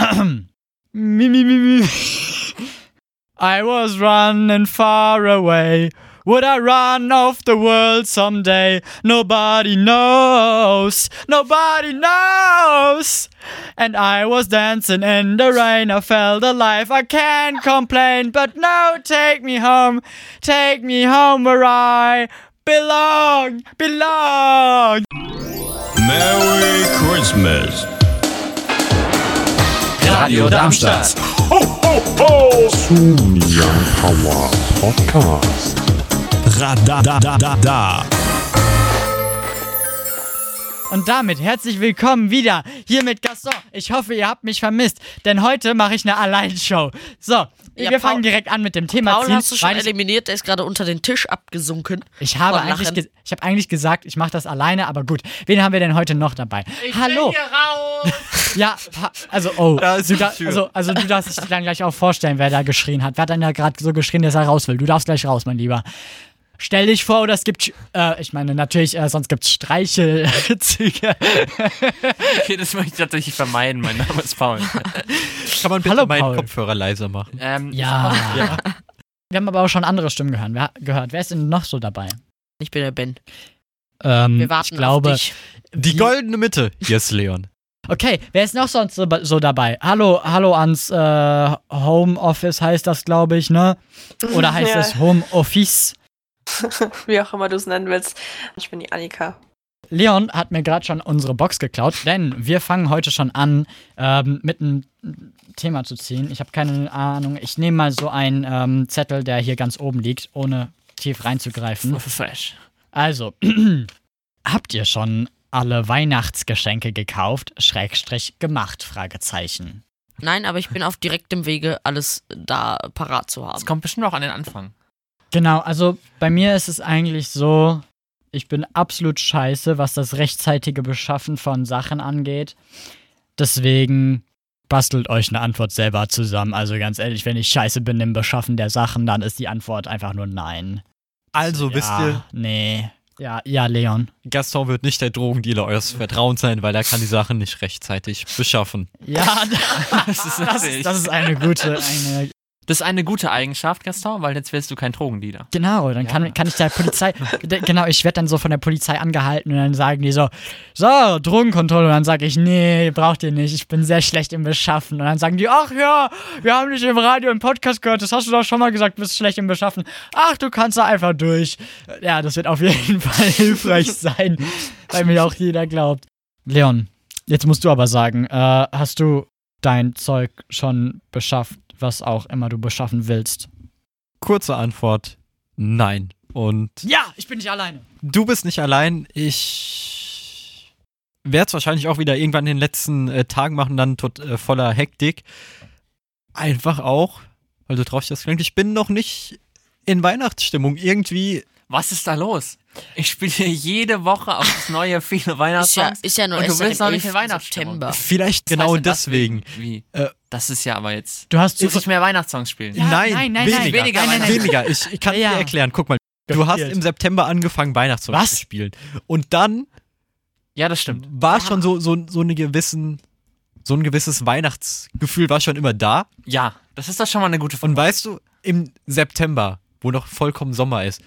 me, me, me, me. I was running far away. Would I run off the world someday? Nobody knows. Nobody knows. And I was dancing in the rain. I felt alive. I can't complain. But now take me home. Take me home where I belong. Belong. Merry Christmas. Radio Darmstadt. Und damit herzlich willkommen wieder hier mit Gaston. Ich hoffe, ihr habt mich vermisst, denn heute mache ich eine Alleinshow. So, wir Paul- fangen direkt an mit dem Thema. Paul Ziel, hast du schon weil ich- eliminiert, der ist gerade unter den Tisch abgesunken. Ich habe Vor eigentlich, Lachen. ge- ich habe eigentlich gesagt, ich mache das alleine, aber gut. Wen haben wir denn heute noch dabei? Hallo. ja, pa- also oh, Da ist du die da, Tür. also, also du darfst dich dann gleich auch vorstellen, wer da geschrien hat. Wer hat denn da gerade so geschrien, dass er raus will? Du darfst gleich raus, mein Lieber. Stell dich vor, oder es gibt, äh, ich meine natürlich, äh, sonst gibt's Streichelzüge. Okay, das möchte ich tatsächlich vermeiden. Mein Name ist Paul. Kann man bitte Hallo, meinen Paul. Kopfhörer leiser machen? Ähm, Ja. Wir haben aber auch schon andere Stimmen gehört. Wer, gehört. wer ist denn noch so dabei? Ich bin der Ben. Ähm, Wir warten Hm, ich glaube, auf dich. Die Die- goldene Mitte. Yes, Leon. Okay, wer ist noch sonst so, so dabei? Hallo, hallo ans äh, Homeoffice heißt das, glaube ich, ne? Oder heißt Ja. das Homeoffice? Wie auch immer du es nennen willst. Ich bin die Annika. Leon hat mir gerade schon unsere Box geklaut, denn wir fangen heute schon an, ähm, mit einem Thema zu ziehen. Ich habe keine Ahnung. Ich nehme mal so einen ähm, Zettel, der hier ganz oben liegt, ohne tief reinzugreifen. Hm? Fresh. Also, habt ihr schon alle Weihnachtsgeschenke gekauft? Schrägstrich gemacht? Fragezeichen. Nein, aber ich bin auf direktem Wege, alles da parat zu haben. Das kommt bestimmt auch an den Anfang. Genau, also bei mir ist es eigentlich so, ich bin absolut scheiße, was das rechtzeitige Beschaffen von Sachen angeht. Deswegen bastelt euch eine Antwort selber zusammen. Also ganz ehrlich, wenn ich scheiße bin im Beschaffen der Sachen, dann ist die Antwort einfach nur nein. Also wisst ja, ihr, Nee. Ja, ja, Leon. Gaston wird nicht der Drogendealer eures Vertrauens sein, weil er kann die Sachen nicht rechtzeitig beschaffen. Ja, Das das, ist, natürlich- das ist eine gute, eine, das ist eine gute Eigenschaft, Gaston, weil jetzt wirst du kein Drogendealer. Genau, dann kann, kann ich der Polizei, de- genau, ich werde dann so von der Polizei angehalten und dann sagen die so, so, Drogenkontrolle. Und dann sage ich, nee, braucht ihr nicht, ich bin sehr schlecht im Beschaffen. Und dann sagen die, ach ja, wir haben dich im Radio, im Podcast gehört, das hast du doch schon mal gesagt, du bist schlecht im Beschaffen. Ach, du kannst da einfach durch. Ja, das wird auf jeden Fall hilfreich sein, weil mir auch jeder glaubt. Leon, jetzt musst du aber sagen, äh, hast du dein Zeug schon beschafft, was auch immer du beschaffen willst? Kurze Antwort: Nein. Und Ja, ich bin nicht alleine. du bist nicht allein. Ich werde es wahrscheinlich auch wieder irgendwann in den letzten äh, Tagen machen, dann tot, äh, voller Hektik. Einfach auch, weil so traurig das klingt. Ich bin noch nicht in Weihnachtsstimmung. Irgendwie Was ist da los? Ich spiele hier jede Woche auf das neue viele Ist ja, Weihnachtssongs. ist ja nur Und du erst seit willst dem noch nicht in 11. Weihnachtsstimmung. September. Was vielleicht genau heißt denn das deswegen. Wie? Äh, das ist ja aber jetzt. Du hast Du zu sollst nicht mehr Weihnachtssongs spielen. Ja, nein, nein, nein, weniger. nein. Weniger Nein, nein, nein. Weniger. Ich, ich kann Ja. dir erklären. Guck mal, du hast im September angefangen, Weihnachtssongs Was? zu spielen. Und dann Ja, das stimmt. war schon so, so, so, eine gewissen, so ein gewisses Weihnachtsgefühl war schon immer da. Ja, das ist doch schon mal eine gute Frage. Und weißt du, im September, wo noch vollkommen Sommer ist,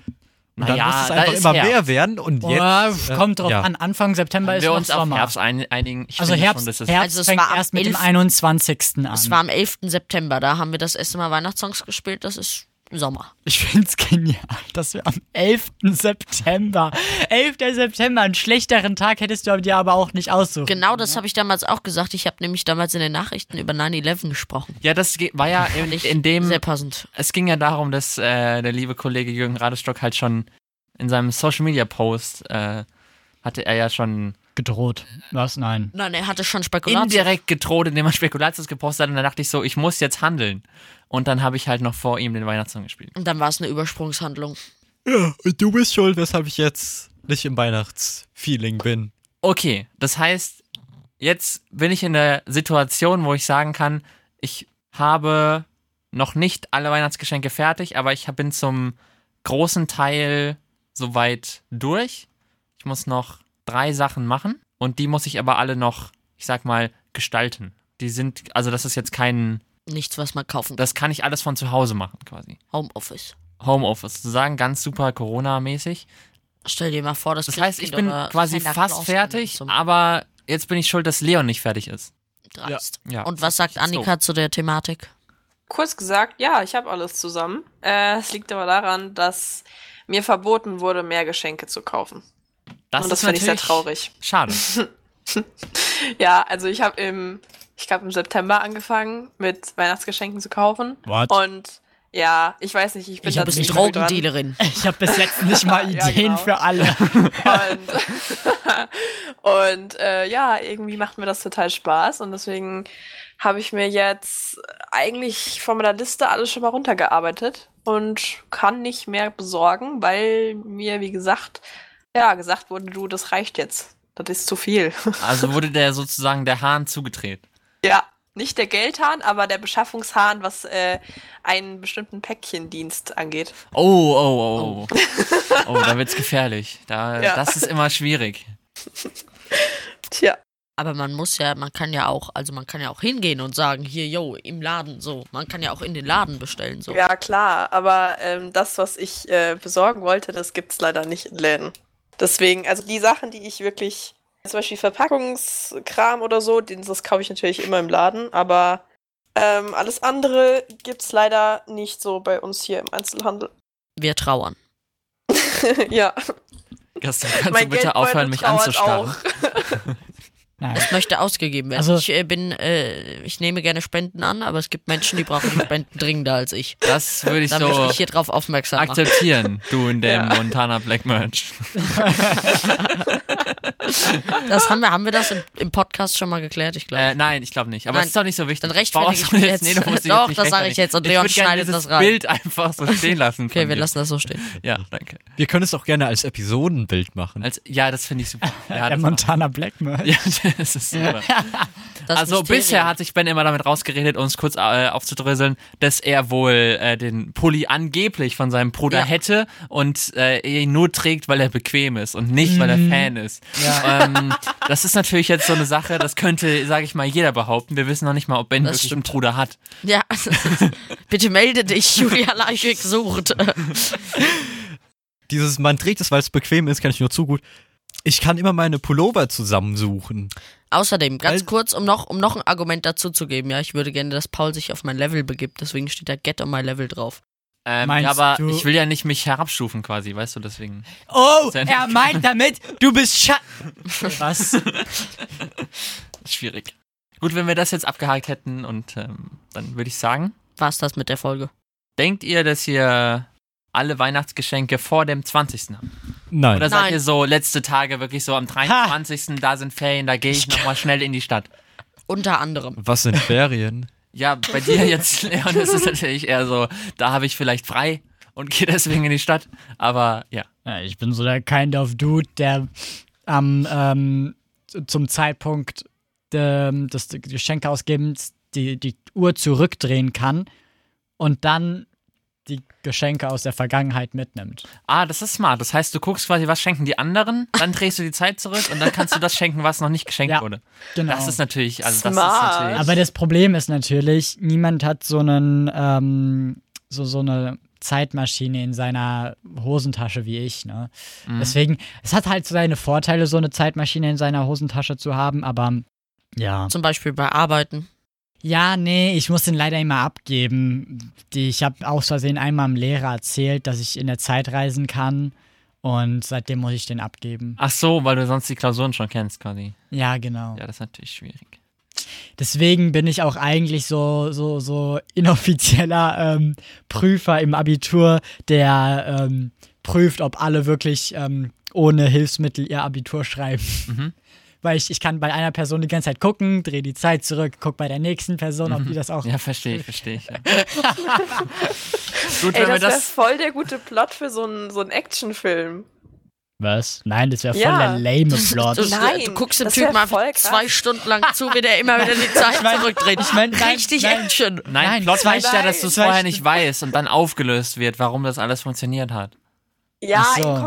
und dann Naja, muss es da einfach ist immer Herbst. mehr werden und jetzt. Boah, Oh, kommt äh, drauf ja. an. Anfang September ist wir noch uns Sommer. auf Herbst ein- einigen. Ich also finde Herbst, schon, das ist- Herbst Also es fängt war am erst mit dem 11. 21. an. Es war am 11. September, da haben wir das erste Mal Weihnachtssongs gespielt, das ist Sommer. ich find's genial, dass wir am 11. September, 11. September, einen schlechteren Tag hättest du dir aber auch nicht aussuchen. Genau das habe ich damals auch gesagt. Ich habe nämlich damals in den Nachrichten über 9-11 gesprochen. Ja, das ge- war ja in, Nicht in dem Sehr passend. es ging ja darum, dass äh, der liebe Kollege Jürgen Radestock halt schon in seinem Social Media Post äh, hatte er ja schon Gedroht. Was? Nein. Nein, er hatte schon Spekulatius. indirekt gedroht, indem er Spekulatius gepostet hat und dann dachte ich so, ich muss jetzt handeln. Und dann habe ich halt noch vor ihm den Weihnachtssong gespielt. Und dann war es eine Übersprungshandlung. Ja, und du bist schuld, weshalb ich jetzt nicht im Weihnachtsfeeling bin. Okay, das heißt, jetzt bin ich in der Situation, wo ich sagen kann, ich habe noch nicht alle Weihnachtsgeschenke fertig, aber ich bin zum großen Teil soweit durch. Ich muss noch drei Sachen machen und die muss ich aber alle noch, ich sag mal, gestalten. Die sind, also das ist jetzt kein, Nichts, was man kaufen kann. das kann ich alles von zu Hause machen quasi. Homeoffice. Homeoffice, sozusagen ganz super Corona-mäßig. Stell dir mal vor, das Das heißt, ich Christkind bin oder quasi Santa fast Claus fertig, zum aber jetzt bin ich schuld, dass Leon nicht fertig ist. Dreist. Ja. Und was sagt Annika zu der Thematik? Kurz gesagt, ja, ich habe alles zusammen. Äh, Es liegt aber daran, dass mir verboten wurde, mehr Geschenke zu kaufen. Das Und das ist finde ich sehr natürlich traurig. Schade. Ja, also ich habe im, ich glaube im September angefangen, mit Weihnachtsgeschenken zu kaufen. What? Und ja, ich weiß nicht, ich bin Ich da bin eine ziemlich neu dran. Drogendealerin. Ich habe bis jetzt nicht mal Ja, Ideen genau. für alle. Und, und äh, ja, irgendwie macht mir das total Spaß und deswegen habe ich mir jetzt eigentlich von meiner Liste alles schon mal runtergearbeitet und kann nicht mehr besorgen, weil mir, wie gesagt, ja, gesagt wurde, du, das reicht jetzt. Das ist zu viel. Also wurde der sozusagen der Hahn zugedreht. ja, nicht der Geldhahn, aber der Beschaffungshahn, was äh, einen bestimmten Päckchendienst angeht. Oh, oh, oh, oh. Oh, da wird's gefährlich. Da, Ja. Das ist immer schwierig. Tja. Aber man muss ja, man kann ja auch, also man kann ja auch hingehen und sagen, hier, yo, im Laden, so. Man kann ja auch in den Laden bestellen, so. Ja, klar, aber ähm, das, was ich äh, besorgen wollte, das gibt's leider nicht in Läden. Deswegen, also die Sachen, die ich wirklich, zum Beispiel Verpackungskram oder so, den, das kaufe ich natürlich immer im Laden, aber ähm, alles andere gibt's leider nicht so bei uns hier im Einzelhandel. Wir trauern. ja, Gaston, kannst mein du bitte Geldbeutel aufhören, mich trauert anzustarren? auch. Nein. Es möchte ausgegeben werden. Also- ich äh, bin, äh, ich nehme gerne Spenden an, aber es gibt Menschen, die brauchen die Spenden dringender als ich. Das würde ich Da möchte so ich hier drauf aufmerksam machen. akzeptieren, du in dem Ja. Montana Black Merch. Das haben wir, haben wir das im, im Podcast schon mal geklärt, ich glaube. Äh, nein, ich glaube nicht. Aber Nein. es ist doch nicht so wichtig. Dann rechtfertige Warum ich soll mich jetzt. Nee, du musst dich Doch, nicht das sage ich rechtfertigen. jetzt und Leon ich würde gerne schneidet dieses das rein. Bild einfach so stehen lassen. okay, von wir dir. lassen das so stehen. Ja, danke. Wir können es auch gerne als Episodenbild machen. Als, ja, das finde ich super. Ja, Der das, Montana Blackman. ja, das ist super. Das also Mysterium. bisher hat sich Ben immer damit rausgeredet, um es kurz äh, aufzudröseln, dass er wohl äh, den Pulli angeblich von seinem Bruder Ja. hätte und äh, er ihn nur trägt, weil er bequem ist und nicht, weil er Mhm. Fan ist. Ähm, das ist natürlich jetzt so eine Sache, das könnte, sage ich mal, jeder behaupten. Wir wissen noch nicht mal, ob Ben Das wirklich stimmt. einen Bruder hat. Ja, also, bitte melde dich, Julia Leischig sucht. Dieses man trägt es, weil es bequem ist, kann ich nur zu gut. Ich kann immer meine Pullover zusammensuchen. Außerdem, ganz Weil- kurz, um noch, um noch ein Argument dazu zu geben, ja, ich würde gerne, dass Paul sich auf mein Level begibt, deswegen steht da Get on my Level drauf. Ähm, Meinst ja, aber du- ich will ja nicht mich herabstufen quasi, weißt du, deswegen. Oh, Sein- er meint damit, du bist Scha Was? Ist schwierig. Gut, wenn wir das jetzt abgehakt hätten und ähm, dann würde ich sagen, War's das mit der Folge? denkt ihr, dass ihr alle Weihnachtsgeschenke vor dem 20. habt? Nein. Oder seid Nein. ihr so letzte Tage wirklich so am 23. da sind Ferien, da gehe ich nochmal schnell in die Stadt? Unter anderem. Was sind Ferien? Ja, bei dir jetzt, Leon, ist es natürlich eher so, da habe ich vielleicht frei und gehe deswegen in die Stadt. Aber ja, Ja, ich bin so der Kind of Dude, der am ähm, z- zum Zeitpunkt ähm, des Geschenkeausgebens die, die Uhr zurückdrehen kann und dann die Geschenke aus der Vergangenheit mitnimmt. ah, das ist smart. Das heißt, du guckst quasi, was schenken die anderen, dann drehst du die Zeit zurück und dann kannst du das schenken, was noch nicht geschenkt Ja. wurde. Genau. Das ist natürlich, also das ist Smart. natürlich. Aber das Problem ist natürlich, niemand hat so einen ähm, so, so eine Zeitmaschine in seiner Hosentasche wie ich. Ne? Mhm. Deswegen, es hat halt seine Vorteile, so eine Zeitmaschine in seiner Hosentasche zu haben, aber ja. Zum Beispiel bei Arbeiten. Ja, nee, ich muss den leider immer abgeben. Die, ich habe aus Versehen einmal dem Lehrer erzählt, dass ich in der Zeit reisen kann. Und seitdem muss ich den abgeben. Ach so, weil du sonst die Klausuren schon kennst, quasi. Ja, genau. Ja, das ist natürlich schwierig. Deswegen bin ich auch eigentlich so, so, so inoffizieller ähm, Prüfer im Abitur, der ähm, prüft, ob alle wirklich ähm, ohne Hilfsmittel ihr Abitur schreiben. Mhm. Weil ich, ich kann bei einer Person die ganze Zeit gucken, drehe die Zeit zurück, guck bei der nächsten Person, ob die das auch Mhm. Ja, verstehe ich, verstehe ich. Ja. Gut, Ey, wenn wir das wäre das. voll der gute Plot für so einen so einen Actionfilm. Was? Nein, das wäre voll Ja. der lame Plot. Du, Nein, du guckst dem das wär Typen einfach voll krass. zwei Stunden lang zu, wie der immer wieder die Zeit zurückdreht. ich mein, nein, Richtig nein. Action. Nein, Nein, Plot zwei heißt ja, dass du es Stunden- vorher nicht weißt und dann aufgelöst wird, warum das alles funktioniert hat. Ja, Ach so. in Ja, ist schon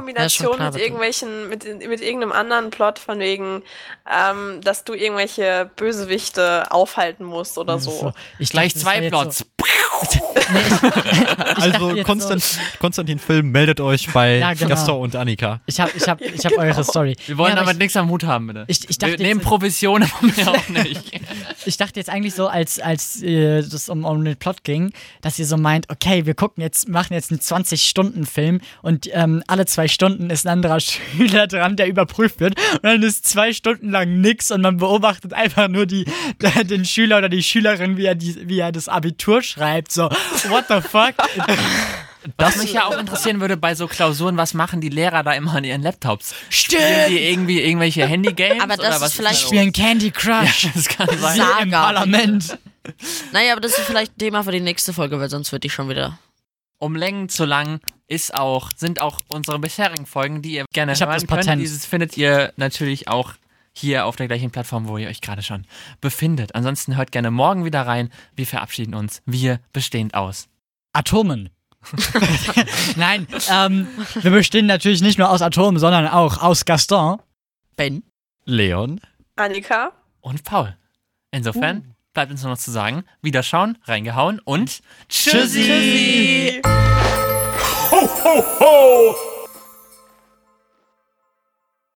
Kombination klar, mit bitte. irgendwelchen, mit, mit irgendeinem anderen Plot von wegen, ähm, dass du irgendwelche Bösewichte aufhalten musst oder Das ist so. Ich dachte, Gleich das zwei wär jetzt so- Plots. Also dachte jetzt Konstant, Konstantin Film meldet euch bei Ja, genau. Gaston und Annika. Ich hab, ich hab, ich hab eure Story. Genau. Wir wollen Ja, aber damit nichts am Hut haben, bitte. Ich- ich dachte wir nehmen jetzt- Provision, aber mehr auch nicht. ich, ich dachte jetzt eigentlich so, als, als äh, das um, um den Plot ging, dass ihr so meint, okay, wir gucken jetzt, machen jetzt einen 20-Stunden-Film und ähm, alle zwei Stunden ist ein anderer Schüler dran, der überprüft wird und dann ist zwei Stunden lang nix und man beobachtet einfach nur die, den Schüler oder die Schülerin, wie er, die, wie er das Abitur schreibt, so, what the fuck? Was mich ja auch interessieren würde bei so Klausuren, was machen die Lehrer da immer an ihren Laptops? Spielen Stimmt! die irgendwie irgendwelche Handygames? Aber das oder ist was vielleicht- da los? Spielen Candy Crush. das kann sein. Sieg im Saga. Parlament. Naja, aber das ist vielleicht Thema für die nächste Folge, weil sonst wird die schon wieder. Um Längen zu lang ist auch, sind auch unsere bisherigen Folgen, die ihr gerne Ich hab hören das Patent. könnt. Dieses findet ihr natürlich auch hier auf der gleichen Plattform, wo ihr euch gerade schon befindet. Ansonsten hört gerne morgen wieder rein. Wir verabschieden uns. Wir bestehend aus. Atomen. Nein, ähm, wir bestehen natürlich nicht nur aus Atomen, sondern auch aus Gaston. Ben. Leon. Annika? Und Paul. Insofern Uh. bleibt uns nur noch zu sagen, wiederschauen, reingehauen und tschüssi. Ho, ho!